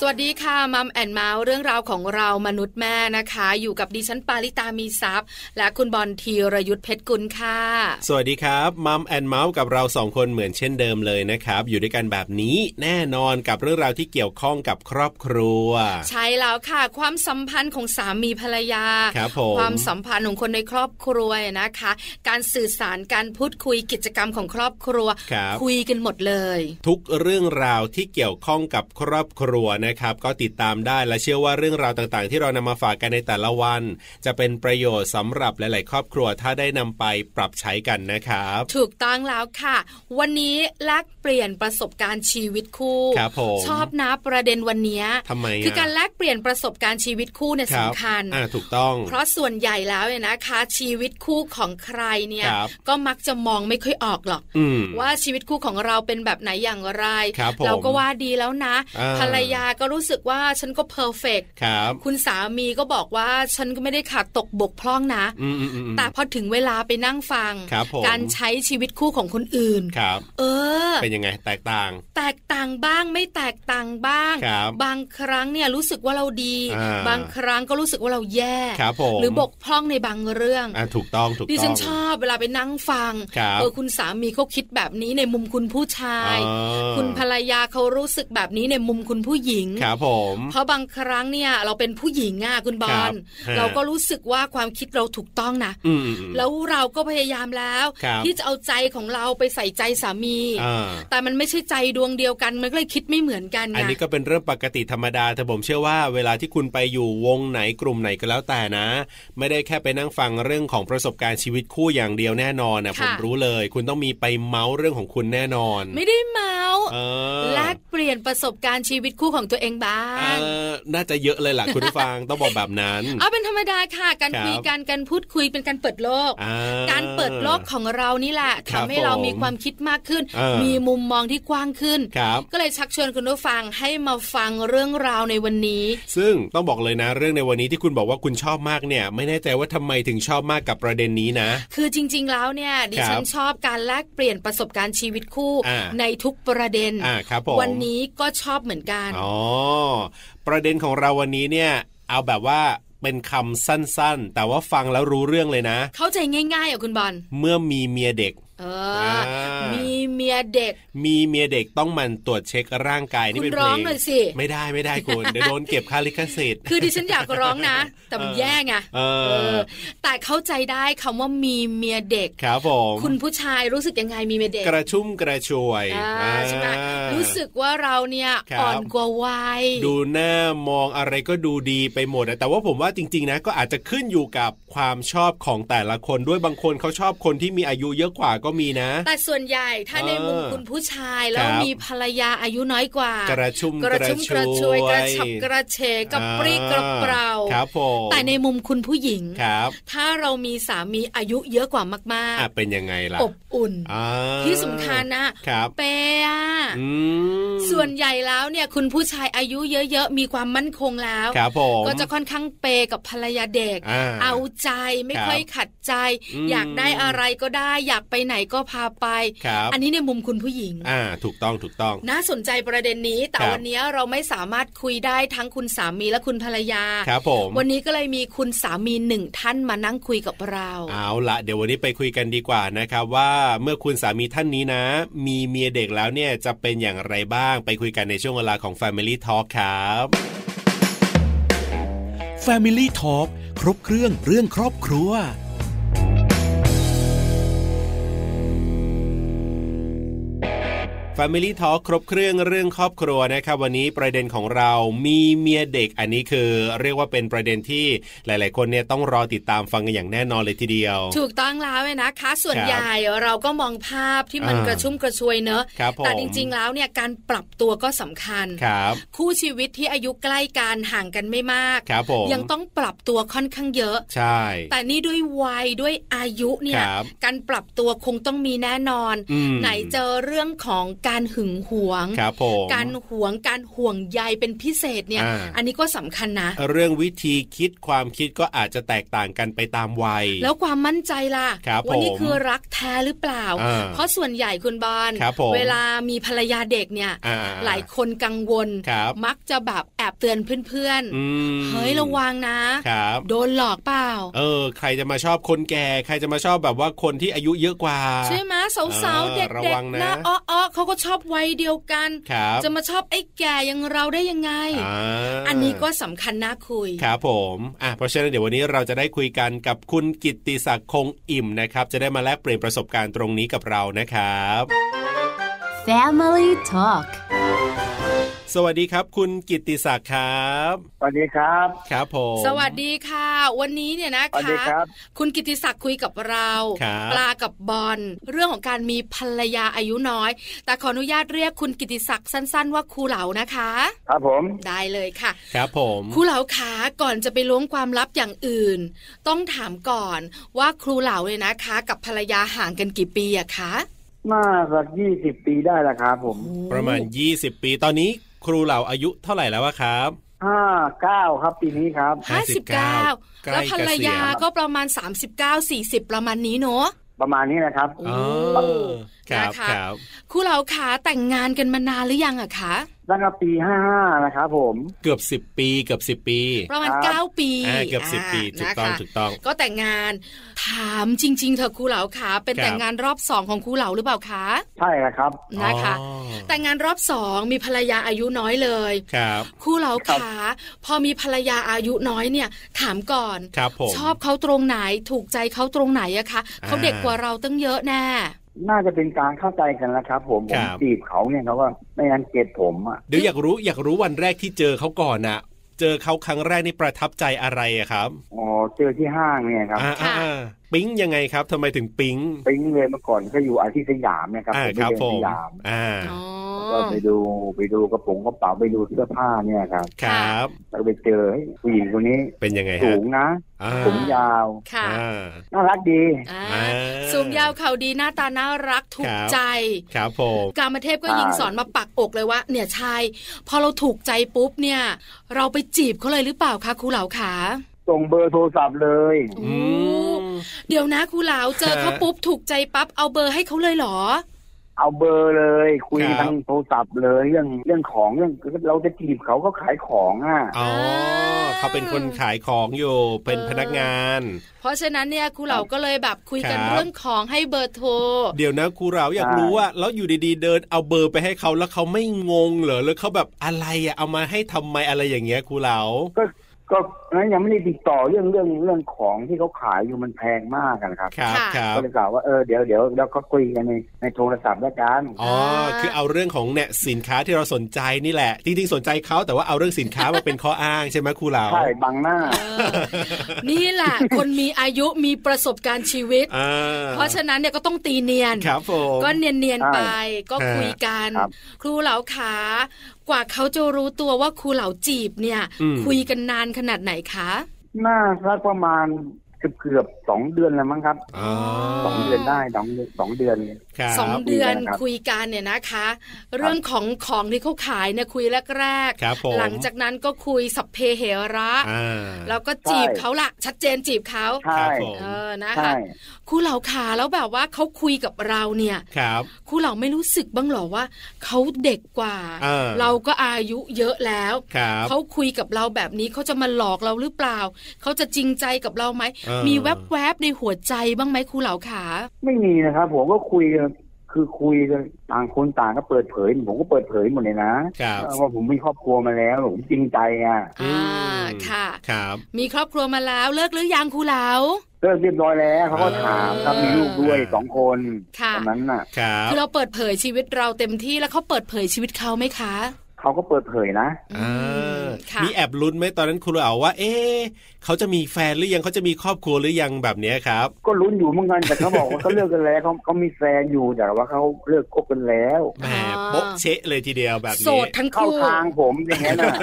สวัสดีค่ะมัมแอนเมาส์เรื่องราวของเรามนุษย์แม่นะคะ อยู่กับดิฉันปาริตามีซัพย์ และคุณบอลธีรยุทธเพชรกุลค่ะ สวัสดีครับมัมแอนเมาส์กับเราสองคนเหมือนเช่นเดิมเลยนะครับ อยู่ด้วยกันแบบนี้แน่นอนกับเรื่องราวที่เกี่ยวข้องกับครอบครัว ใช่แล้วค่ะ ความสัมพันธ์ของสามีภรรยา ครับผม ความสัมพันธ์ของคนในครอบครัวนะคะ การสื่อสารการพูดคุยกิจกรรมของครอบครัว ครับ ยกันหมดเลย ทุกเรื่องราวที่เกี่ยวข้องกับครอบครัวนะครับ ก็ติดตามได้และเชื่อว่าเรื่องราวต่างๆ ที่เรานำมาฝากกันในแต่ละวัน จะเป็นประโยชน์สำหรับหลาย ๆ ครอบครัวถ้าได้นำไปปรับใช้กันนะครับ ถูกต้องแล้วค่ะ วันนี้แลกเปลี่ยนประสบการณ์ชีวิตคู่ ครับผม ชอบนะประเด็นวันเนี้ย ทำไมอะ คือการแลกเปลี่ยนประสบการณ์ชีวิตคู่เนี่ย รับ สำคัญ อ่าถูกต้อง เพราะส่วนใหญ่แล้วเนี่ยนะคะ ชีวิตคู่ของใครเนี่ย ครับ ก็มักจะมองไม่ค่อยออกหรอก อืม ว่าชีวิตคู่ของเราเป็นแบบไหนอย่างไร ครับผม เราก็ว่าดีแล้วนะ อ่า ภรรยาก็รู้สึกว่าฉันก็เพอร์เฟก ครับ คุณสามีก็บอกว่าฉันก็ไม่ได้ขาดตกบกพร่องนะ อืมอืมอืมอืม แต่พอถึงเวลาไปนั่งฟัง ครับผม การใช้ชีวิตคู่ของคนอื่น ครับ เออ เป็นยังไงแตกต่าง แตกต่างบ้างไม่แตกต่างบ้าง ครับ งครั้งเนี่ยรู้สึกว่าเราดี อ่า บางครั้งก็รู้สึกว่าเราแย่ ครับผม หรือบกพร่องในบางเรื่อง อ่ะถูกต้องถูกต้อง ดิฉันชอบเวลาไปนั่งฟัง ครับ เออคุณสามีเขาคิดแบบนี้ในมุมคุณผู้ชาย อ่า คุณภรรยาเขารู้สึกแบบนี้ในมุมคุณผู้หญิง ครับผม เพราะบางครั้งเนี่ยเราเป็นผู้หญิงอ่ะคุณบอล ครับฮะ เราก็รู้สึกว่าความคิดเราถูกต้องนะ อืมอืมอืม แล้วเราก็พยายามแล้ว ครับ ที่จะเอาใจของเราไปใส่ใจสามี อ่า แต่มันไม่ใช่ใจดวงเดียวกัน มันก็เลยคิดไม่เหมือนกัน อัน ไง นี้ก็เป็นเรื่องปกติธรรมดาแต่ผมเชื่อว่าเวลาที่คุณไปอยู่วงไหนกลุ่มไหนก็แล้วแต่นะ ไม่ได้แค่ไปนั่งฟังเรื่องของประสบการณ์ชีวิตคู่อย่างเดียวแน่นอนนะผมรู้เลย คุณต้องมีไปเมาส์เรื่องของคุณแน่นอน ไม่ได้เมาส์ เออ แลกเปลี่ยนประสบการณ์ชีวิตคู่ของตัวเองบ้าง เออน่าจะเยอะเลยล่ะคุณผู้ฟัง ต้องบอกแบบนั้น เอาเป็นธรรมดาค่ะ การ ครับ คุยกันการพูดคุยเป็นการเปิดโลก อ่ การเปิดโลกของเรานี่แหละ ค ทำ รับ ให้เรา ผม มีความคิดมากขึ้น เออ มีมุมมองที่กว้างขึ้น ครับ ก็เลยชักชวนคุณผู้ฟังให้มาฟังเรื่องราวในวันนี้ ซึ่งต้องบอกเลยนะเรื่องในวันนี้ที่คุณบอกว่าคุณชอบมากเนี่ย ไม่แน่ใจว่าทำไมถึงชอบมากกับประเด็นนี้นะ คือจริง ๆ แล้วเนี่ยดิฉันชอบการแลกเปลี่ยนประสบการณ์ชีวิตคู่ อ่า ในทุกประเด็น อ่าครับผม วันนี้ก็ชอบเหมือนกัน อ๋อ ประเด็นของเราวันนี้เนี่ย เอาแบบว่าเป็นคำสั้นๆ แต่ว่าฟังแล้วรู้เรื่องเลยนะ เข้าใจง่ายๆอ่ะคุณบอล เมื่อมีเมียเด็ก เอ อ่ อา มีเมียเด็ก มีเมียเด็กต้องหมันตรวจเช็คร่างกายนี่ คุณ เป็น ร้ เพล อง ง หน่อยสิ ไม่ได้ไม่ได้ คุณ เดี๋ยวโดนเก็บค่าลิขสิทธิ์ คือดิฉันอยากร้องนะ แต่มัน เออ แย่ไง เออ เออ แต่เข้าใจได้คำว่ามีเมียเด็ก ครับผม คุณผู้ชายรู้สึกยังไงมีเมียเด็ก กระชุ่มกระชวย อ่า อ่า ใช่ไหมรู้สึกว่าเราเนี่ย ครับ อ่อนกว่าวัย ดูหน้ามองอะไรก็ดูดีไปหมดอะแต่ว่าผมว่าจริงๆนะก็อาจจะขึ้นอยู่กับความชอบของแต่ละคนด้วยบางคนเขาชอบคนที่มีอายุเยอะกว่าก็มีนะ แต่ส่วนใหญ่ถ้า เออ ในมุมคุณผู้ชายแล้ว ครับ มีภรรยาอายุน้อยกว่า กระชุ่ม กระชุ่มกระชวยกระฉับกระเฉงกระปรี้กระเปร่า ครับผม แต่ในมุมคุณผู้หญิง ครับ ถ้าเรามีสามีอายุเยอะกว่ามาก อ่ะเป็นยังไงล่ะ ๆ อบอุ่น อ่า ที่สำคัญนะครับ เปย์อะ อืม ส่วนใหญ่แล้วเนี่ยคุณผู้ชายอายุเยอะๆ มีความมั่นคงแล้ว ครับผม ก็จะค่อนข้างเปย์กับภรรยาเด็ก อ่า เอาใจไม่ ครับ ค่อยขัดใจ อืม อยากได้อะไรก็ได้ อยากไปไหนก็พาไป ครับ อันนี้ในมุมคุณผู้หญิง อ่าถูกต้องถูกต้อง น่าสนใจประเด็นนี้ แต่ ครับ วันนี้เราไม่สามารถคุยได้ทั้งคุณสามีและคุณภรรยา ครับผม วันนี้ก็เลยมีคุณสามีหนึ่งท่านมานั่งคุยกับเรา เอาละเดี๋ยววันนี้ไปคุยกันดีกว่านะครับ ว่าเมื่อคุณสามีท่านนี้นะ มีเมียเด็กแล้วเนี่ยจะเป็นอย่างไรบ้างไปคุยกันในช่วงเวลาของ Family Talk ครับ Family Talk ครบเครื่องเรื่องครอบครัว Family Talk ครบเครื่องเรื่องครอบครัวนะครับ วันนี้ประเด็นของเรามีเมียเด็กอันนี้คือ เรียกว่าเป็นประเด็นที่หลาย ๆ คนเนี่ยต้องรอติดตามฟังกันอย่างแน่นอนเลยทีเดียว ถูกต้องแล้วเนี่ยนะคะ ส่วน ครับ ใหญ่เราก็มองภาพที่มัน อ่าก ระชุ่มกระชวยเนอะ ครับผม แต่จริงๆแล้วเนี่ยการปรับตัวก็สำคัญ ครับ คู่ชีวิตที่อายุใกล้กันห่างกันไม่มาก ครับผม ยังต้องปรับตัวค่อนข้างเยอะ ใช่ แต่นี่ด้วยวัยด้วยอายุเนี่ย ครับ การปรับตัวคงต้องมีแน่นอน อืม ไหนเจอเรื่องของ การหึงหวง ครับผม การหวงการห่วงใยเป็นพิเศษเนี่ย อ่า อันนี้ก็สำคัญนะ เรื่องวิธีคิดความคิดก็อาจจะแตกต่างกันไปตามวัย แล้วความมั่นใจล่ะ ครับ ว่านี่ ผม คือรักแท้หรือเปล่า อ่า เพราะส่วนใหญ่คุณบอล ครับผม เวลามีภรรยาเด็กเนี่ย อ่า หลายคนกังวล ครับ มักจะแบบแอบเตือนเพื่อน อืม ๆเฮ้ยระวังนะ ครับ โดนหลอกเปล่า เออ ใครจะมาชอบคนแก่ ใครจะมาชอบแบบว่าคนที่อายุเยอะกว่า ใช่ไหมสาวๆ เอ เด็ อระ ก วัง ๆ นะ หน้าอ้อๆเขาก็ชอบวัยเดียวกัน ครับ จะมาชอบไอ้แก่อย่างเราได้ยังไง อ่า อันนี้ก็สำคัญน่าคุย ครับผมอ่ะเพราะฉะนั้นเดี๋ยววันนี้เราจะได้คุยกันกับคุณกิตติศักดิ์คงอิ่มนะครับ จะได้มาแลกเปลี่ยนประสบการณ์ตรงนี้กับเรานะครับ Family Talk สวัสดีครับ คุณกิตติศักดิ์ครับ สวัสดีครับ ครับผม สวัสดีค่ะ วันนี้เนี่ยนะ สวัส คะ ดีครับ คุณกิติศักดิ์คุยกับเรา ครับ ปลากับบอลเรื่องของการมีภรรยาอายุน้อย แต่ขออนุญาตเรียกคุณกิติศักดิ์สั้น ๆ ว่าครูเหลานะคะ ครับผม ได้เลยค่ะ ครับผม ครูเหลาขาก่อนจะไปล้วงความลับอย่างอื่น ต้องถามก่อนว่าครูเหลาเนี่ยนะคะ กับภรรยาห่างกันกี่ปีอะคะ น่าสักยี่สิบปีได้ละครับผม ประมาณ 20 ปีตอนนี้ครูเหล่าอายุเท่าไหร่แล้วอะครับ ห้าเก้าครับปีนี้ครับ ห้าสิบเก้า 59 แล้วภรรยาก็ประมาณ 39-40 ประมาณนี้เนาะ ประมาณนี้นะครับ โอ้ เออครับ นะคะ ครับ ครูเหลาขาแต่งงานกันมานานหรือยังอะคะ ตั้งแต่ปีห้าห้านะครับผม เกือบ 10 ปีเกือบ 10 ปี ประมาณ ครับ 9 ปี อ่าเกือบ 10 ปีถูก า ต้อง นะคะ ถูกต้อง ก็แต่งงานถามจริง ๆ เธอะครูเหลาคะเป็น ครับ แต่งงานรอบสองของครูเหลาหรือเปล่าคะ ใช่ละครับ นะคะ อ๋อ แต่งงานรอบสองมีภรรยาอายุน้อยเลย ครับ ครูเหลา ครั คะพอมีภรรยาอายุน้อยเนี่ย ถามก่อน ครับผม ชอบเขาตรงไหนถูกใจเขาตรงไหนอะคะ อ่า เขาเด็กกว่าเราตั้งเยอะแน่ น่าจะเป็นการเข้าใจกันแล้วครับ ผมผ ครั ม บ จีบเขาเนี่ยเขาก็ไม่รังเกียจผมอ่ะ เดี๋ยวอยากรู้อยากรู้วันแรกที่เจอเขาก่อนน่ะ เจอเขาครั้งแรกนี่ประทับใจอะไรอะครับ อ๋อเจอที่ห้างเนี่ยครับ อ่าอ่าอ่าปิ๊งยังไงครับทำไมถึงปิ๊ง ปิ๊งเลยเมื่อก่อนก็อยู่อาทิตย์สยามเนะครับ อ่า ผมไป ครับผเดินส ม ยาม อ่า อ๋อ ก็ไปดูไปดูกระโปรงกระเป๋าไปดูเสื้อผ้าเนี่ยครับ ครับ แล้วไปเจอเฮ้ยผู้หญิงคนนี้ เป็นยังไง สู ฮะ งนะ อ่า ผมยาว ค่ะ อ่า น่ารักดี อ่า อ่า สูงยาวเขาดีหน้าตาน่ารักถูก ครับ ใจ ครับผม กามเทพก็ ใช่ ยิงสอนมาปักอกเลยว่า เนี่ยชายพอเราถูกใจปุ๊บเนี่ย เราไปจีบเขาเลยหรือเปล่าคะครูเหลาขา ส่งเบอร์โทรศัพท์เลย อืม เดี๋ยวนะครูเหลาเจอเขา ฮะ ปุ๊บถูกใจปั๊บเอาเบอร์ให้เขาเลยเหรอ เอาเบอร์เลยคุย ครับ ทางโทรศัพท์เลยเรื่องเรื่องของเรื่องเราจะจีบเขาก็ขายของอ่ะ อ๋อเขาเป็นคนขายของอยู่เป็น เออ พนักงาน เพราะฉะนั้นเนี่ยครูเหลาก็เลยแบบคุยกัน ครับ เรื่องของให้เบอร์โทร เดี๋ยวนะครูเราอยากรู้ว่า แล้วอยู่ดีๆเดินเอาเบอร์ไปให้เขาแล้วเขาไม่งงเหรอแล้วเขาแบบอะไรอะเอามาให้ทำไมอะไรอย่างเงี้ยครูเรา ก็ก็นั้นยังไม่ได้ติดต่อเรื่องเรื่องเรื่องของที่เขาขายอยู่มันแพงมากอะนะครับ ครับครับ ก็เลยกล่าวว่าเออเดี๋ยวเดี๋ยวเราก็คุยกันในในโทรศัพท์แล้วกัน อ๋อคือเอาเรื่องของเนี่ยสินค้าที่เราสนใจนี่แหละจริงๆสนใจเขาแต่ว่าเอาเรื่องสินค้ามาเป็นข้ออ้างใช่ไหมครูเรา ใช่บังหน้า เออนี่แหละ คนมีอายุมีประสบการณ์ชีวิต อ่า เพราะฉะนั้นเนี่ยก็ต้องตีเนียน ครับผม ก็เนียนๆไปก็ ฮะ คุยกัน ครับ ครูเหลาขากว่าเขาจะรู้ตัวว่าครูเหลาจีบเนี่ย อืม คุยกันนานขนาดไหนคะ หน้าสักประมาณเกือบเกือบสองเดือนแล้วมั้งครับ อ๋อ สองเดือนได้สองเดือนสองเดือน ครับ สองเดือน คุยกันคุยกันนะครับเนี่ยนะคะ เรื่องของของที่เขาขายเนี่ยคุยแรก ครับผม ๆหลังจากนั้นก็คุยสัพเพเหระ อ่า แล้วก็จีบ ใช่ เขาละชัดเจนจีบเขาคใช่รับผม เออนะ ใช่ คะครูเหลาขาแล้วแบบว่าเขาคุยกับเราเนี่ย ครับ ครูเหลาไม่รู้สึกบ้างเหรอว่าเขาเด็กกว่า เออ เราก็อายุเยอะแล้ว ครับ เขาคุยกับเราแบบนี้เขาจะมาหลอกเราหรือเปล่า เขาจะจริงใจกับเราไหม เออ มีแวบๆในหัวใจบ้างไหมครูเหล่าขา ไม่มีนะครับผมก็คุยกันคือคุยกันต่างคนต่างก็เปิดเผย ผมก็เปิดเผยหมดเลยนะ ครับ เออว่าผมมีครอบครัวมาแล้วผมจริงใจอ่ะ อื อ่าม ค่ะ ครับ มีครอบครัวมาแล้วเลิกหรือยังครูเหล่า เลิกเรียบร้อยแล้วเขาก็ อ่า ถามครับมีลูกด้วยสองคน ค่ะ ตอนนั้นน่ะ ครับ คือเราเปิดเผยชีวิตเราเต็มที่แล้วเขาเปิดเผยชีวิตเขาไหมคะ เขาก็เปิดเผยนะ อ่า ค่ะ มีแอบลุ้นไหมตอนนั้นคุณเอาว่า เอ๊ะเขาจะมีแฟนหรือยังเขาจะมีครอบครัวหรือยังแบบเนี้ยครับ ก็ลุ้นอยู่เหมือนกันแต่เขาบอกว่า เขาเลิกกันแล้วเขาเขามีแฟนอยู่แต่ว่าเขาเลิกคบกันแล้ว แหมโป๊ะเชะเลยทีเดียวแบบ โส นี้ ดทั้ง เข้า คู่ ทางผมอย่างนั้นน่ะ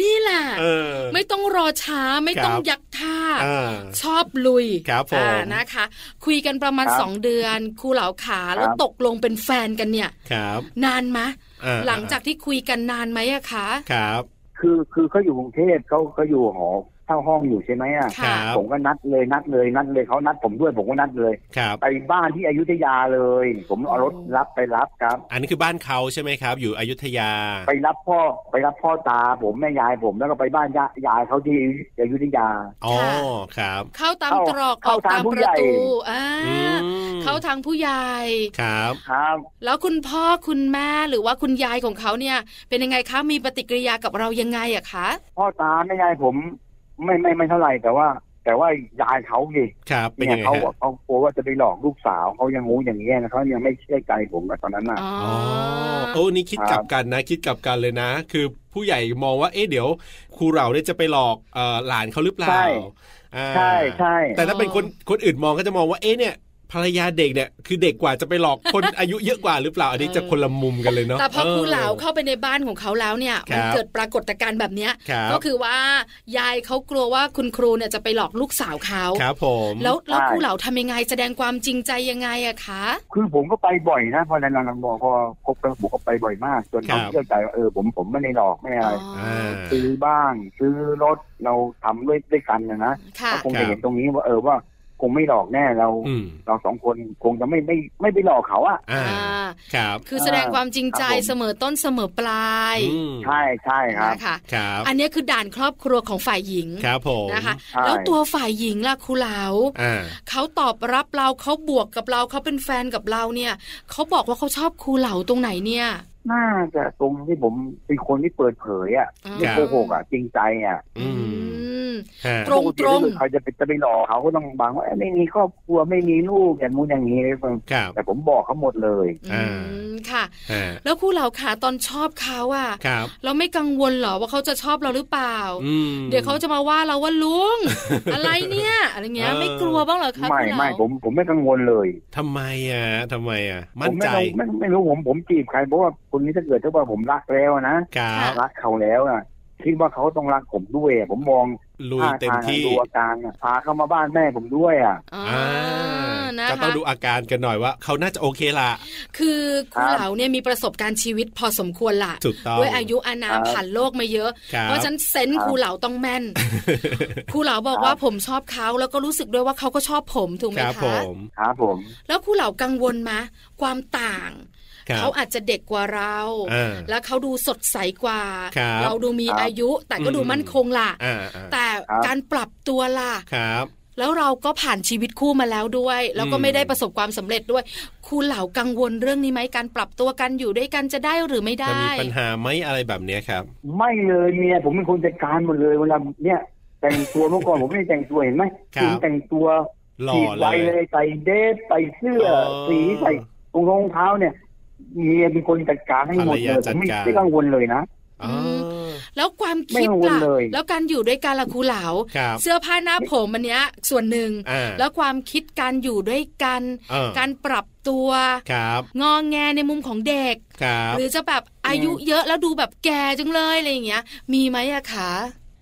นี่แหละ เออ ไม่ต้องรอช้าไม่ต้อง ครับ ยัก ค่ะ อ่า ชอบลุย ครับผม อ่านะคะ คุยกันประมาณ ครับ สองเดือนครูเหลาขาแล้ว ครับ ตกลงเป็นแฟนกันเนี่ย ครับ นานมะ อ่ หลังจากที่คุยกันนานไหมอะคะ ครับ คือคือเขาอยู่กรุงเทพเขาเขาอยู่หอเช่าห้องอยู่ใช่ไหมอ่ะ ครั ค่ะ บ ผมก็นัดเลยนัดเลยนัดเลยเขานัดผมด้วยผมก็นัดเลย ครับ ไปบ้านที่อยุธยาเลย ผมเอารถรับไปรับครับ อันนี้คือบ้านเขาใช่ไหมครับ อยู่อยุธยา ไปรับพ่อไปรับพ่อตาผมแม่ยายผมแล้วก็ไปบ้านยายายเขาที่อยุธยา อ๋อครับ เข้าตาม เข้า ตรอกอ เข้า อกตาม ทางผู้ ประ ใหญ่ ตูอ่า อืม เข้าทางผู้ใหญ่ ครับ ครับ แล้วคุณพ่อคุณแม่หรือว่าคุณยายของเขาเนี่ย เป็นยังไงคะมีปฏิกิริยากับเรายังไงอะคะ พ่อตาแม่ยายผมไม่ไม่ไม่เท่าไหร่แต่ว่า แต่ว่ายายเขาดิ ครับ เป็น เนี่ ยั ย งไง เขา ฮะ เขากลัวว่าจะไปหลอกลูกสาวเขายังงูอย่างเงี้ยนะเขายังไม่เชื่อใจผมนะตอนนั้นน่ะ อ๋อ อ๋ อ อโอ้นี่คิดกลับกันนะ คิดกลับกันเลยนะ คือผู้ใหญ่มองว่าเอ๊ะเดี๋ยวครูเราเนี่ยจะไปหลอกเอ่อหลานเขาหรือเปล่า ใช่ อ่า ใช่ใช่ แต่ถ้าเป็นคนคนอื่นมองก็จะมองว่าเอ๊ะเนี่ยภรรยาเด็กเนี่ยคือเด็กกว่าจะไปหลอกคน อายุเยอะกว่าหรือเปล่า อันนี้จะคนละมุมกันเลยเนาะ แต่พอครูเหลา ออ เข้าไปในบ้านของเขาแล้วเนี่ย มัน ครับ เกิดปรากฏการณ์แบบเนี้ย ครับ ก็คือว่ายายเขากลัวว่าคุณครูเนี่ยจะไปหลอกลูกสาวเขา ครับผม แล้วแล้วครูเหลาทำยังไงแสดงความจริงใจยังไงอะคะ คือผมก็ไปบ่อยนะพอนานๆบอกพอคบกันผมก็ไปบ่อยมากจนเขาเชื่อใจว่าเออผมผมไม่ได้หลอกไม่ได้อะไร อ่า ซื้อบ้านซื้อรถเราทำด้วยด้วยกันนะนะ ค่ะ ก็คง ครั จะ บ เห็นตรงนี้ว่าเออว่าคงไม่หลอกแน่เรา อืม เราสองคนคงจะไม่ไม่ไม่ไปหลอกเขาอะ อ่า อ่า ครับ คือแสดงความจริงใจ ครับผม เสมอต้นเสมอปลาย อืม ใช่ใช่ครับ นะคะ ครับ อันเนี้ยคือด่านครอบครัวของฝ่ายหญิง ครับผม นะคะ ใช่ แล้วตัวฝ่ายหญิงล่ะครูเหลา อ่า เขาตอบรับเราเขาบวกกับเราเขาเป็นแฟนกับเราเนี่ยเขาบอกว่าเขาชอบครูเหลาตรงไหนเนี่ย น่าจะตรงที่ผมเป็นคนที่เปิดเผยอะ อ่า ไม่โกหกอะจริงใจอะ อื อืมมฮะ ตรงๆ ปกถ้าเกิดเขาจะไปจะไปหลอกเขาก็ต้องบังว่าเอ้ยไม่มีครอบครัวไม่มีลูกอย่างนู้นอย่างนี้เลยฟัง ครับ แต่ผมบอกเขาหมดเลย อ่า อืมค่ะ ฮะ แล้วครูเหลาขาตอนชอบเขาอะ ครับ เราไม่กังวลเหรอว่าเขาจะชอบเราหรือเปล่า อืม เดี๋ยวเขาจะมาว่าเราว่าลุ ง อะไรเนี่ยอะไรเงี้ย เออ ไม่กลัวบ้างเหรอคะ ไม่ ครูเหลา ไม่ผมผมไม่กังวลเลย ทำไมอ่ะทำไมอ่ะ ผ มั่น ม ใจ ไม่ต้องไม่ไม่รู้ผมผมจีบใครเพราะว่าคนนี้ถ้าเกิดถ้าว่าผมรักแล้วนะ ครับ รักเขาแล้วอ่ะคิดว่าเขาต้องรักผมด้วยอะผมมอง ลุย ท่า เต็ม ทาง ที่ ดูอาการอะพาเขามาบ้านแม่ผมด้วยอ่ะ อ่า อ่า นะ ก็ต้คะองดูอาการกันหน่อยว่า เขาน่าจะโอเคละ คือครู ครับ เหลาเนี่ยมีประสบการณ์ชีวิตพอสมควรละ ถูกต้อง ด้วยอายุอานาม ครับ ผ่านโลกมาเยอะ คบ เพราะฉะนั้นเซนส์ ครับ ครูเหลาต้องแม่นครูเหลาบอก ครับ ว่าผมชอบเขาแล้วก็รู้สึกด้วยว่าเขาก็ชอบผมถูกไหม ครับผ คะ ม ครับผม แล้วครูเหลากังวลไหมความต่าง ครับ เขาอาจจะเด็กกว่าเรา อ่า แล้วเขาดูสดใสกว่า ครับ เราดูมี ครับ อายุแต่ก็ดู อืม มั่นคงล่ะ อ่าอ่า แต่ ครับ การปรับตัวล่ะ ครับ แล้วเราก็ผ่านชีวิตคู่มาแล้วด้วย แล้วก็ อืม ไม่ได้ประสบความสำเร็จด้วยครูเหล่ากังวลเรื่องนี้ไหมการปรับตัวกันอยู่ด้วยกันจะได้หรือไม่ จะ ได้ มีปัญหาไหมอะไรแบบเนี้ยครับ ไม่เลยเมียผมเป็นคนจัดการหมดเลยเวลาเนี่ยแต่งตัวเมื่อก่อนผมไม่ได้แต่งตัวเห็นไหม ครับ ผมแต่งตัว หล่อ จีบ เล ไว้ ย เลยใส่เดทใส่เสื้อ อ๋อ สีใส่รองเท้าเนี่ยเมียเป็นคนจัดการให้หมดเลภรยรยา ผ จัด มไม่ การ ไม่กังวลเลยนะ อ๋อ แล้วความ ไม่ คิด กังล่ะวลเลย แล้วการอยู่ด้วยกันล่ะครูเหล่า ครับ เสื้อผ้าหน้าผมอันเนี้ยส่วนหนึ่ง อ่า แล้วความคิดการอยู่ด้วยกัน เออ การปรับตัว ครับ งอแงในมุมของเด็ก ครับ หรือจะแบบอายุเยอะแล้วดูแบบแก่จังเลยอะไรอย่างเงี้ย มีไหมอะคะ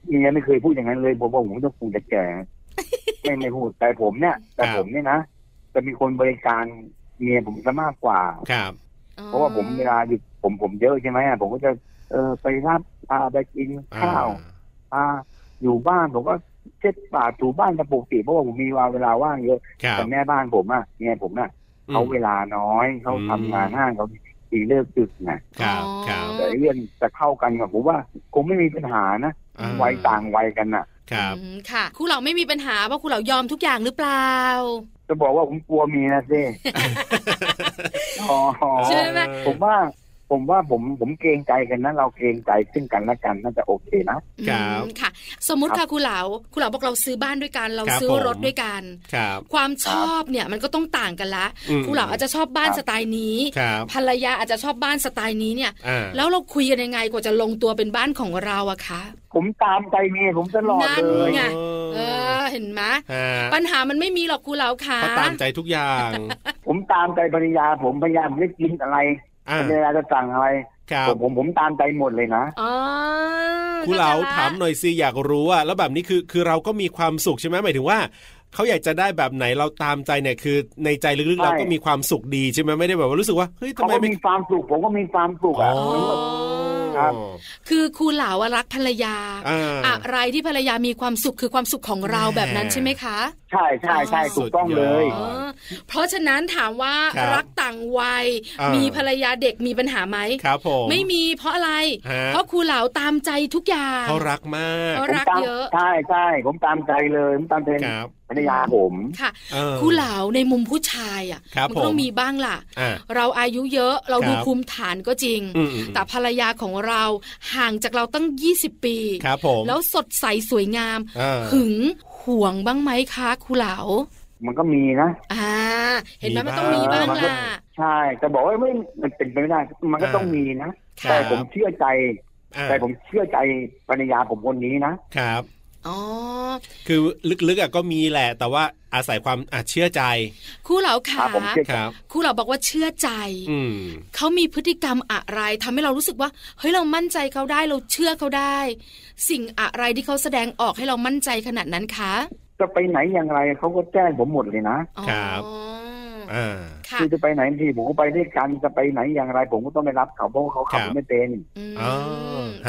เมียไม่เคยพูดอย่างนั้นเลยผมว่าผมต้องคงจะแก่ ไม่ไม่พูดแต่ผมเนี่ย แต่ผมเนี่ยนะจะมีคนบริการเมียผมซะมากกว่า ครับ เพราะว่าผมเวลาหยุดผมผมเยอะใช่ไหมอะผมก็จะเออไปรับพาไปกินข้าวพาอยู่บ้านผมก็เช็ดปากถูบ้านกับปกติเพราะว่าผมมีเวลาว่างเยอะ ครับ แต่แม่บ้านผมอะเมียผมน่ะ อืม เขาเวลาน้อยเขา อืม ทำงานห้างเขาตีเลิกดึกนะครับ ครับ แต่เรื่องจะเข้ากันกับผมว่าคงไม่มีปัญหานะ อ่า วัยต่างวัยกันน่ะ ครับ อืม ค่ะครูเหล่าไม่มีปัญหาเพราะครูเหล่ายอมทุกอย่างหรือเปล่า จะบอกว่าผมกลัวเมียนะ สิอ๋อ ใช่ไหม ผมว่า ผมว่าผมผมเกรงใจกันนะ เราเกรงใจซึ่งกันและกันน่าจะโอเคนะ ครับ อืมค่ะ สมมติค่ะครูเหลาครูเหลาบอกเราซื้อบ้านด้วยกันเรา ครับ ซื้อรถ ผม ด้วยกัน ครับ ความชอบเนี่ยมันก็ต้องต่างกันละ อืม ครูเหลาอาจจะชอบบ้าน ครับ สไตล์นี้ ครับ ภรรยาอาจจะชอบบ้านสไตล์นี้เนี่ย อ่า แล้วเราคุยกันยังไงกว่าจะลงตัวเป็นบ้านของเราอะคะ ผมตามใจเมียผมตลอด นั่น เลย ไง เออเห็นไหม ฮะ ปัญหามันไม่มีหรอกครูเหลาค่ะ เขาตามใจทุกอย่าง ผมตามใจภรรยาผมพยายามจะกินอะไร อ่า ภรรยาจะสั่งอะไร ครั ผ บ มผมผมตามใจหมดเลยนะ อ๋อ ครูเหลา ข้ใจละ ถามหน่อยสิอยากรู้อะแล้วแบบนี้คือคือเราก็มีความสุขใช่ไหมหมายถึงว่าเขาอยากจะได้แบบไหนเราตามใจเนี่ยคือ ในใจลึกๆ ใช่ เราก็มีความสุขดีใช่ไหมไม่ได้แบบว่ารู้สึกว่าเฮ้ยทำ เขา ไม ก็ ไม่ มีความสุขผมก็มีความสุขอ่ะ อ๋อ ครับ คือครูเหลาอะรักภรรยา อ่า อะไรที่ภรรยามีความสุขคือความสุขของเรา แหม่ แบบนั้นใช่ไหมคะ ใช่ใช่ใช่ถูกต้องเลย อ๋อ เออเพราะฉะนั้นถามว่า ครับ รักต่างวัย อ่ามี มีภรรยาเด็กมีปัญหาไหม ครับผม ไม่มีเพราะอะไร ฮะ เพราะครูเหลาตามใจทุกอย่าง เขารักมาก เขา ผม รัก ตาม เยอะ ใช่ใช่ผมตามใจเลยผมตามใจ ครับ ภรรยาผม ค่ะ เออ ครูเหลาในมุมผู้ชายอ่ะ ครับ มัก็ต้อ ผ ง ม มีบ้างล่ะ อ่ะ เราอายุเยอะเรา ครับ ดูภูมิฐานก็จริง อืมอืม แต่ภรรยาของเราห่างจากเราตั้ง 20 ปี ครับผม แล้วสดใสสวยงาม อ่า หึงห่วงบ้างไหมคะครูเหลา มันก็มีนะ อ่า เห็นไหม มี มันต้องมี บ้า บ้าง งล่ะ ใช่แต่บอกว่าไม่มันเป็นไปไม่ได้ มันก็ อ่า ต้องมีนะ ครับ แต่ผมเชื่อใจ อ่า แต่ผมเชื่อใจภรรยาผมคนนี้นะ ครับ อ๋อ คือลึกๆอะก็มีแหละ แต่ว่าอาศัยความอะเชื่อใจ ครูเหลาขา ครับผมเชื่อ ครับ ครูเหลาบอกว่าเชื่อใจ อืม เขามีพฤติกรรมอะไรทำให้เรารู้สึกว่า เฮ้ยเรามั่นใจเขาได้เราเชื่อเขาได้ สิ่งอะไรที่เขาแสดงออกให้เรามั่นใจขนาดนั้นคะ จะไปไหนอย่างไรเขาก็แจ้งผมหมดเลยนะ อ๋อ ครับ อ่า ค่ะ คือจะไปไหนทีผมก็ไปด้วยกันจะไปไหนอย่างไร ผมก็ต้องไปรับเขาเพราะว่าเขาขับ ครั ร บ ถไม่เป็น อืม อ๋อ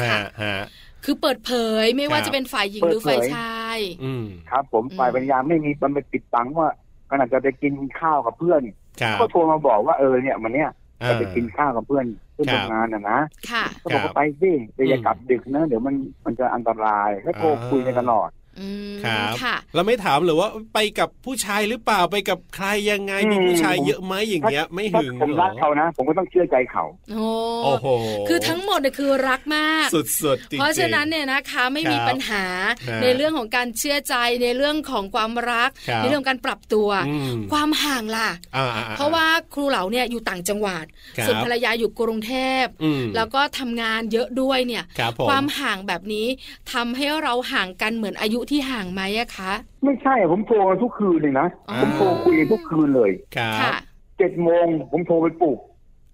ฮะ ค่ะ ฮะ คือเปิดเผยไม่ว่า ครับ จะเป็นฝ่ายหญิงหเปิด รือฝ่าย เผย ชาย อืม ครับ ผมฝ่าย อืม ภรรยาไม่มีมันไปปิดบังว่าขณะจะไปกินข้าวกับเพื่อน ครับ ก็โทรมาบอกว่าเออเนี่ยวันเนี้ยจะไป อ่า กินข้าวกับเพื่อนเพื่อน ครับ ทำงานนะนะ ค่ะ ก็บอกว่าไปสิแต่อย่ากลับดึกนะเดี๋ยวมันมันจะอันตรายก็โทรคุยกันตลอด อืม ครับ ค่ะ แล้วไม่ถามเหรือว่าไปกับผู้ชายหรือเปล่าไปกับใครยังไง อืม มีผู้ชายเยอะไหมอย่างเงี้ย ไม่หึง ถ้าผม หร รั อก เขานะ ผมก็ต้องเชื่อใจเขา โอ้ โอ้โห คือทั้งหมดเนี่ยคือรักมาก สุดสุดๆจริงๆ เพราะฉะนั้นเนี่ยนะคะไม่มี ครับ ปัญหา ฮะ ในเรื่องของการเชื่อใจในเรื่องของความรัก ครับ ในเรื่องของการปรับตัว อืม ความห่างล่ะ อ่อ่อ่ เพราะว่าครูเหลาเนี่ยอยู่ต่างจังหวัด ครับ ส่วนภรรยาอยู่กรุงเทพ อืม แล้วก็ทำงานเยอะด้วยเนี่ย ครับผม ความห่างแบบนี้ทำให้เราห่างกันเหมือนอายุที่ห่างไหมอะคะ ไม่ใช่อะผมโทรกันทุกคืนเลยนะ อ๋อ ผมโทรคุยกันทุกคืนเลย ครับ ค่ะ เจ็ดโมงผมโทรไปปลุก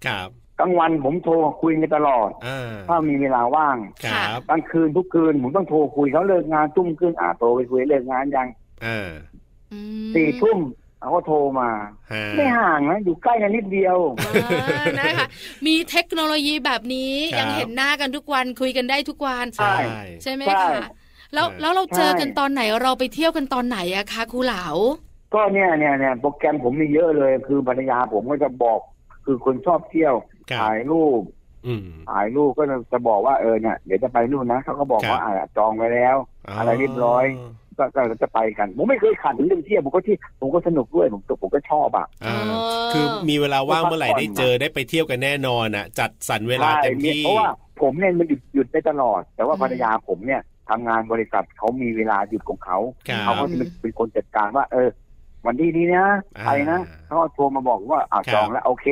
ครับ กลางวันผมโทรคุยกันตลอด อ่า ถ้ามีเวลาว่าง ครับ กลางคืนทุกคืนผมต้องโทรคุยเขาเลิกงานทุ่มคืนอ่าโทรไปคุยเลิกงานยัง อ่า อืม สี่ทุ่มเขาก็โทรมา ฮะ ไม่ห่างนะอยู่ใกล้กันนิดเดียว อ่า นะคะมีเทคโนโลยีแบบนี้ ครับ ยังเห็นหน้ากันทุกวันคุยกันได้ทุกวัน ใช่ ใช่ ใช่ไหม ใช่ คะแล้ว ใช่ แล้วเราเจอกัน ใช่ ตอนไหนเราไปเที่ยวกันตอนไหนอะคะครูเหลา ก็เนี่ยเนี่ยเนี่ยโปรแกรมผมมีเยอะเลย คือภรรยาผมก็จะบอก คือคนชอบเที่ยว ครับ ถ่ายรูป อืม ถ่ายรูปก็จะบอกว่าเออเนี่ยเดี๋ยวจะไปนู่นนะเขาก็บอก ครับ ว่าอ่าจองไว้แล้ว อะไรเรียบร้อย ก็ก็จะไปกัน ผมไม่เคยขาดเรื่องเที่ยวผมก็ที่ผมก็สนุกด้วยผมผมก็ชอบอ่ะ อ่า อ๋อ คือมีเวลาว่าง ก็พัก เมื่อไหร่ ผ่อน ได้เจอได้ไปเที่ยวกันแน่นอนอ่ะ จัดสรรเวลาเต็มที่ เพราะว่าผมเนี่ยมันหยุดหยุดได้ตลอด แต่ว่า อืม ภรรยาผมเนี่ยทำงานบริษัทเขามีเวลาหยุดของเขา ครับ เขาก็จะเป็นเป็นคนจัดการว่า เออ วันที่นี้นะ อ่า ไปนะเขาก็โทรมาบอกว่าอ่า ครับ จองแล้วโอเค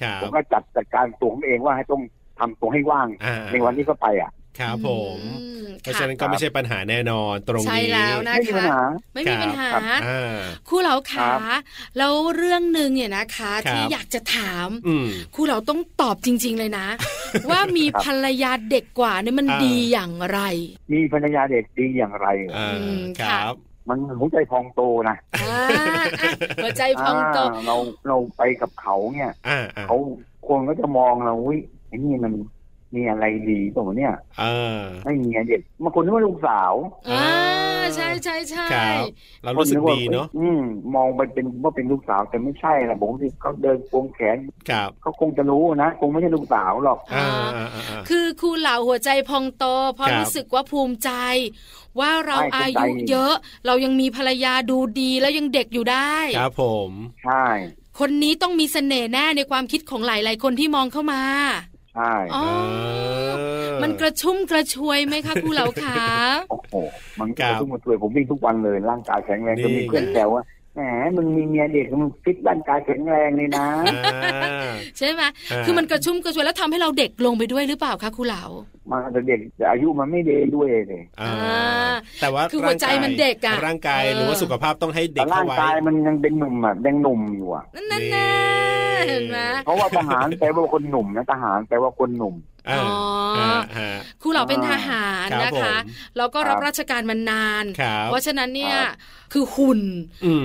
ครับผมก็จัดจัดการตัวผมเองว่าให้ต้องทำตัวให้ว่าง อ่า ในวันที่ก็ไปอ่ะ ครับผม อืม เพราะ ค่ ฉะนั้นก็ไม่ใช่ปัญหาแน่นอนตรงนี้ ใช่แล้วนะ ไม่มีปัญหา ไม่มีปัญหา อ่า ครูเหลา ครั ขา บ แล้วเรื่องหนึ่งเนี่ยนะคะ ครับ ที่อยากจะถาม อืม ครูเหลาต้องตอบจริง ๆ เลยนะ ว่ามีภรรยาเด็กกว่าเนี่ยมัน อ่า ดีอย่างไร มีภรรยาเด็กดีอย่างไรเหรอ อ่า อืม ค ค่ะ รับ มันหัวใจพองโตนะ อ่า อ่ะหัวใจพองโต อ่าเราเราไปกับเขาเนี่ย อ่าอ่า เขาคนก็จะมองเราวิไอ้นี่มันมีอะไรดีเปล่าวะเนี่ย เออ ไม่มีอะไรเด็กบางคนนึกว่าลูกสาว อ่าใช่ใช่ใช่ ครับ เรารู้สึก คนนึว่ ดีเนาะ อืมมองไปเป็นว่าเป็นลูกสาวแต่ไม่ใช่ละผมที่เขาเดินควงแขน ครับ เขาคงจะรู้นะคงไม่ใช่ลูกสาวหรอก อ่า อ่าอ่าอ่าอ่า คือครูเหล่าหัวใจพองโตเพราะ ครับ รู้สึกว่าภูมิใจ ว่าเราอายุเยอะ เรายังมีภรรยาดูดีแล้วยังเด็กอยู่ได้ ครับผม ใช่ คนนี้ต้องมีเสน่ห์แน่ในความคิดของหลาย ๆ คนที่มองเข้ามา ใช่ อ๋อ เออ มันกระชุ่มกระชวยไหมคะครูเหล่าขา โอ้โหมัน ครับกระตุ้นกระตวยผมวิ่งทุกวันเลยร่างกายแข็งแรง นี่ ก็มีเพื่อนแซวว่าแหมมึงมีเมียเด็กมึงฟิตร่างกายแข็งแรงเลยนะ อ่า ใช่ไหม อ่า คือมันกระชุ่มกระชวยแล้วทำให้เราเด็กลงไปด้วยหรือเปล่าคะครูเหลา มาแต่เด็กแต่อายุมันไม่เดด้วยเลย อ่า อ่า แต่ว่า คือหัวใจมันเด็กอะ ร่างกาย เออ หรือว่าสุขภาพต้องให้เด็ แต่ ก ร่า เข้าง ไว้ กายมันยังเป็นหนุ่มอ่ะยังหนุ่มอยู่อ่ะ นั่นๆน่ะ นี่ เห็นไหม เพราะว่าทหารแปลว่าคนหนุ่มนะทหารแปลว่าคนหนุ่ม อ่า อ๋ออ่ าฮะ ครูเหล่าเป็นทหาร ครับ นะ ผม คะแล้วก็รับ ครับ ราชการมานาน ครับ เพราะฉะนั้นเนี่ย ครับ คือหุ่น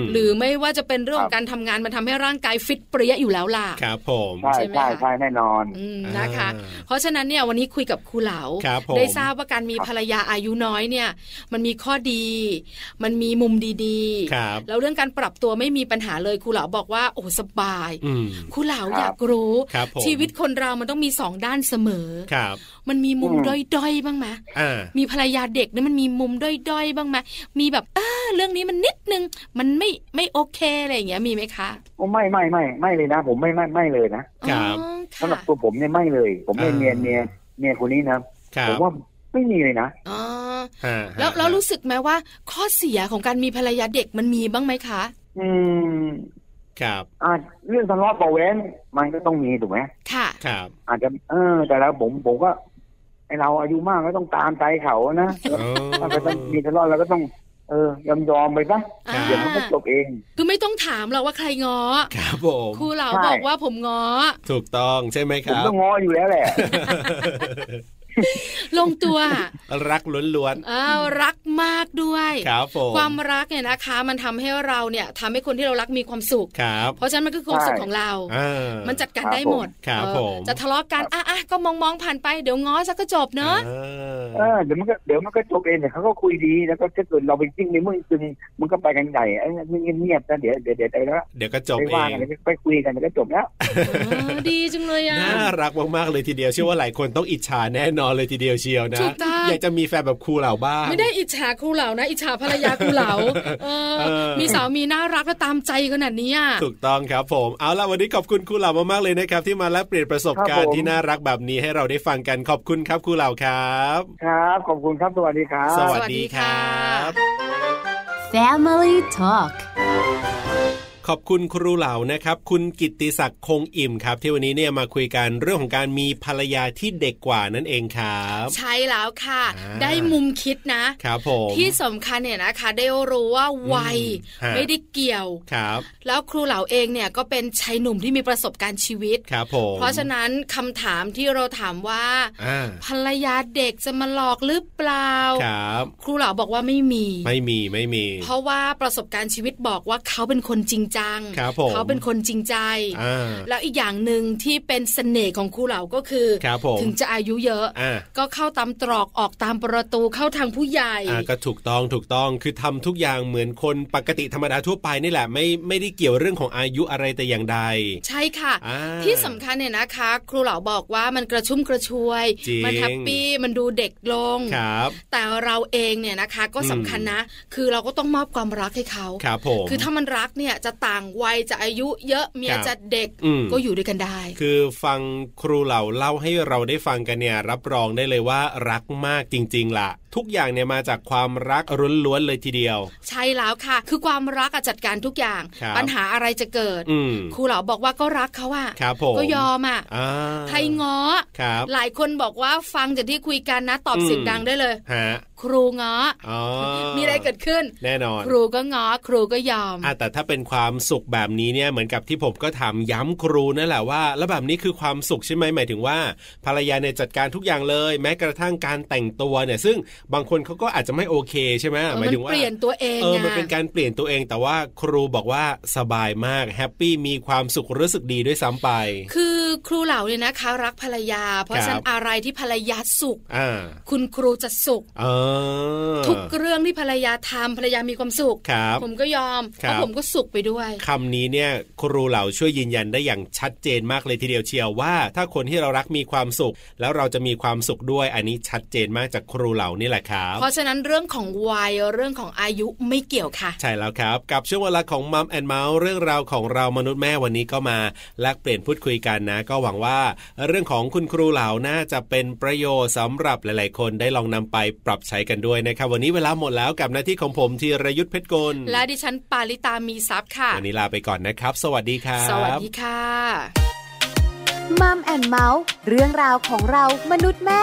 ม หรือไม่ว่าจะเป็นเรื่องขอ ครั ง บ การทำงานมันทำให้ร่างกายฟิตเปรี้ยอยู่แล้วล่ะ ครับผม ใช่ ใช่ไหม ใช่ คะ ใช่แน่นอน อืมนะคะ อ่า เพราะฉะนั้นเนี่ยวันนี้คุยกับครูเหลา ครับผม ได้ทราบว่าการมีภรรยาอายุน้อยเนี่ย มันมีข้อดี มันมีมุมดี ครับ ๆ แล้วเรื่องการปรับตัวไม่มีปัญหาเลยครูเหลาบอกว่าโอ้สบาย อืม ครูเหลา ครับ อยากรู้ ครับผม ชีวิตคนเรามันต้องมีสองด้านเสมอ ครับ มันมีมุม อืม ด้อยๆบ้างไหม อ่า มีภรรยาเด็กเนี่ยมันมีมุมด้อยๆบ้างไหมมีแบบเออเรื่องนี้มันนิดนึง มันไม่ไม่โอเคอะไรอย่างเงี้ยมีไหมคะ โอ้ไม่ไม่ไม่ไม่เลยนะ ผมไม่ไม่ไม่เลยนะครับ อ๋อ สำหรับ ค่ะ ตัวผมเนี่ยไม่เลย ผมไม่ อ่า เมียเมียเมียคนนี้นะ ครับ ผมว่าไม่มีเลยนะ อ๋อ ฮะ แล้ว ฮะ แล้วรู้สึกไหมว่า ข้อเสียของการมีภรรยาเด็กมันมีบ้างไหมคะ อืม ครับ อาจเรื่องทะเลาะเบาะแว้งมันก็ต้องมีถูกไหม ค่ะ ครับ อาจจะเออ แต่แล้วผมผมก็ไอเราอายุมากก็ต้องตามใจเขานะ เออ ถ้าก็ต้องมีทะเลาะเราก็ต้อง เออยอมยอมๆไปซะ ครับ เดี๋ยวมันก็จบเอง คือไม่ต้องถามหรอกว่าใครง้อ ครับผม ครูเหลา ใช่ บอกว่าผมง้อ ถูกต้องใช่ไหมค ผม รับ ก็ง้ออยู่แล้วแหละ ลงตัว รักล้วน อ้าวรักมากด้วย ๆครับผม ความรักเนี่ยนะคะ มันทำให้เราเนี่ยทำให้คนที่เรารักมีความสุข ครับ เพราะฉะนั้นมันคือความสุข ใช่ ของเรา อ่า มันจัดการ ครับ ได้หมด ผมครับ เออ ผม จะทะเลาะกันอ่ะอ่ะก็มองมองผ่านไปเดี๋ยวง้อซะก็จบเนอะ อ่า เออเดี๋ยวมันก็เดี๋ยวมันก็จบเองเดี๋ยวเขาก็คุยดีแล้วก็ถ้าเกิดเราไปจิ้งในมึงจึงมันก็ไปกันใหญ่ไอ้เงียบเงียบๆนะเดี๋ยวเดี๋ยวเดี๋ยวไปแล้ว เดี๋ยวก็จบ ไป เอ ว่าง ง กันไปคุยกันเดี๋ยวก็จบแล้ว เออดีจังเลยอ่ะ น่ารักมากๆเลยทีเดียวเชื่อว่าหลายคนต้องอิจฉาแน่นอนเลยทีเดียวเชียวนะ ถูกต้อง อยากจะมีแฟนแบบครูเหล่าบ้าง ไม่ได้อิจฉาครูเหล่านะอิจฉาภรรยาครูเหล่าเออ เออ มีสามีน่ารักและตามใจขนาดเนี้ย ถูกต้องครับผมเอาล่ะวันนี้ขอบคุณครูเหล่ามากๆเลยนะครับ ที่มาแลกเปลี่ยนประสบการ ครั ณ์ บผม ที่น่ารักแบบนี้ให้เราได้ฟังกันขอบคุณครับครูเหล่าครับ ครับขอบคุณครับสวัสดีครับ สวัสดีครับ Family Talk ขอบคุณครูเหล่านะครับ คุณกิตติศักดิ์คงอิ่มครับ ที่วันนี้เนี่ยมาคุยกันเรื่องของการมีภรรยาที่เด็กกว่านั่นเองครับ ใช่แล้วค่ะ อ่า ได้มุมคิดนะ ครับผม ที่สำคัญเนี่ยนะคะได้รู้ว่าวัย อืมฮะ ไม่ได้เกี่ยว ครับ แล้วครูเหล่าเองเนี่ยก็เป็นชายหนุ่มที่มีประสบการณ์ชีวิต ครับผม เพราะฉะนั้นคำถามที่เราถามว่า อ่า ภรรยาเด็กจะมาหลอกหรือเปล่า ครับ ครูเหลาบอกว่าไม่มี ไม่มีไม่มี เพราะว่าประสบการณ์ชีวิตบอกว่าเขาเป็นคนจริงจัง ครับผม เขาเป็นคนจริงใจ อ่า แล้วอีกอย่างหนึ่งที่เป็นเสน่ห์ของครูเหลาก็คือ ครับผม ถึงจะอายุเยอะ อ่า ก็เข้าตามตรอกออกตามประตูเข้าทางผู้ใหญ่ อ่าก็ถูกต้องถูกต้องคือทำทุกอย่างเหมือนคนปกติธรรมดาทั่วไปนี่แหละไม่ไม่ได้เกี่ยวเรื่องของอายุอะไรแต่อย่างใด ใช่ค่ะ อ่า ที่สำคัญเนี่ยนะคะ ครูเหลาบอกว่ามันกระชุ่มกระชวย จริง มัแฮปปี้มันดูเด็กลง ครับ แต่เราเองเนี่ยนะคะก็สำคัญนะ คือเราก็ต้องมอบความรักให้เขา ครับผม คือถ้ามันรักเนี่ยจะต่างวัยจะอายุเยอะเมีย ครับ จะเด็ก อืม ก็อยู่ด้วยกันได้ คือฟังครูเหล่าเล่าให้เราได้ฟังกันเนี่ย รับรองได้เลยว่ารักมากจริง ๆล่ะ ทุกอย่างเนี่ยมาจากความรักล้วนๆเลยทีเดียว ใช่แล้วค่ะ คือความรักอะจัดการทุกอย่าง ครับ ปัญหาอะไรจะเกิด อืม ครูเหลาบอกว่าก็รักเขาอะ ครับผม ก็ยอมอะ อ่า ใครง้อ ครับ หลายคนบอกว่าฟังจากที่คุยกันนะตอบ อืม เสียงดังได้เลย ฮะ ครูง้อ อ๋อ อมีอะไรเกิดขึ้น แน่นอน ครูก็ง้อครูก็ยอม อ่ะแต่ถ้าเป็นความสุขแบบนี้เนี่ยเหมือนกับที่ผมก็ถามย้ำครูนั่นแหละว่า แล้วแบบนี้คือความสุขใช่ไหมหมายถึงว่า ภรรยาเนี่ยจัดการทุกอย่างเลย แม้กระทั่งการแต่งตัวเนี่ย ซึ่งบางคนเขาก็อาจจะไม่โอเคใช่ไหม เออ หมาย มัน ถึงว่า เปลี่ยนตัวเอง เออ ไง มันเป็นการเปลี่ยนตัวเองแต่ว่าครูบอกว่าสบายมากแฮปปี้มีความสุขรู้สึกดีด้วยซ้ำไป คือครูเหล่าเนี่ยนะคะ รักภรรยา เพราะ ครับ ฉะนั้นอะไรที่ภรรยาสุข อ่า คุณครูจะสุข เออ ทุกเรื่องที่ภรรยาทำภรรยามีความสุข ครับ ผมก็ยอม ครั แล้ บ วผมก็สุขไปด้วย คำนี้เนี่ยครูเหล่าช่วยยืนยันได้อย่างชัดเจนมากเลยทีเดียวเชียวว่า ถ้าคนที่เรารักมีความสุข แล้วเราจะมีความสุขด้วยอันนี้ชัดเจนมากจากครูเหล่านี่แหละครับ เพราะฉะนั้นเรื่องของวัยเรื่องของอายุไม่เกี่ยวค่ะ ใช่แล้วครับ กับช่วงเวลาของมัมแอนเมาส์เรื่องราวของเรามนุษย์แม่วันนี้ก็มาแลกเปลี่ยนพูดคุยกันนะ ก็หวังว่า เรื่องของคุณครูเหล่าน่าจะเป็นประโยชน์สำหรับหลาย ๆ คนได้ลองนำไปปรับใช้กันด้วยนะครับ วันนี้เวลาหมดแล้วกับหน้าที่ของผมธีรยุทธเพชรกล และดิฉันปาริตามีซับค่ะ วันนี้ลาไปก่อนนะครับ สวัสดีครับ สวัสดีค่ะ มัมแอนเมาส์เรื่องราวของเรามนุษย์แม่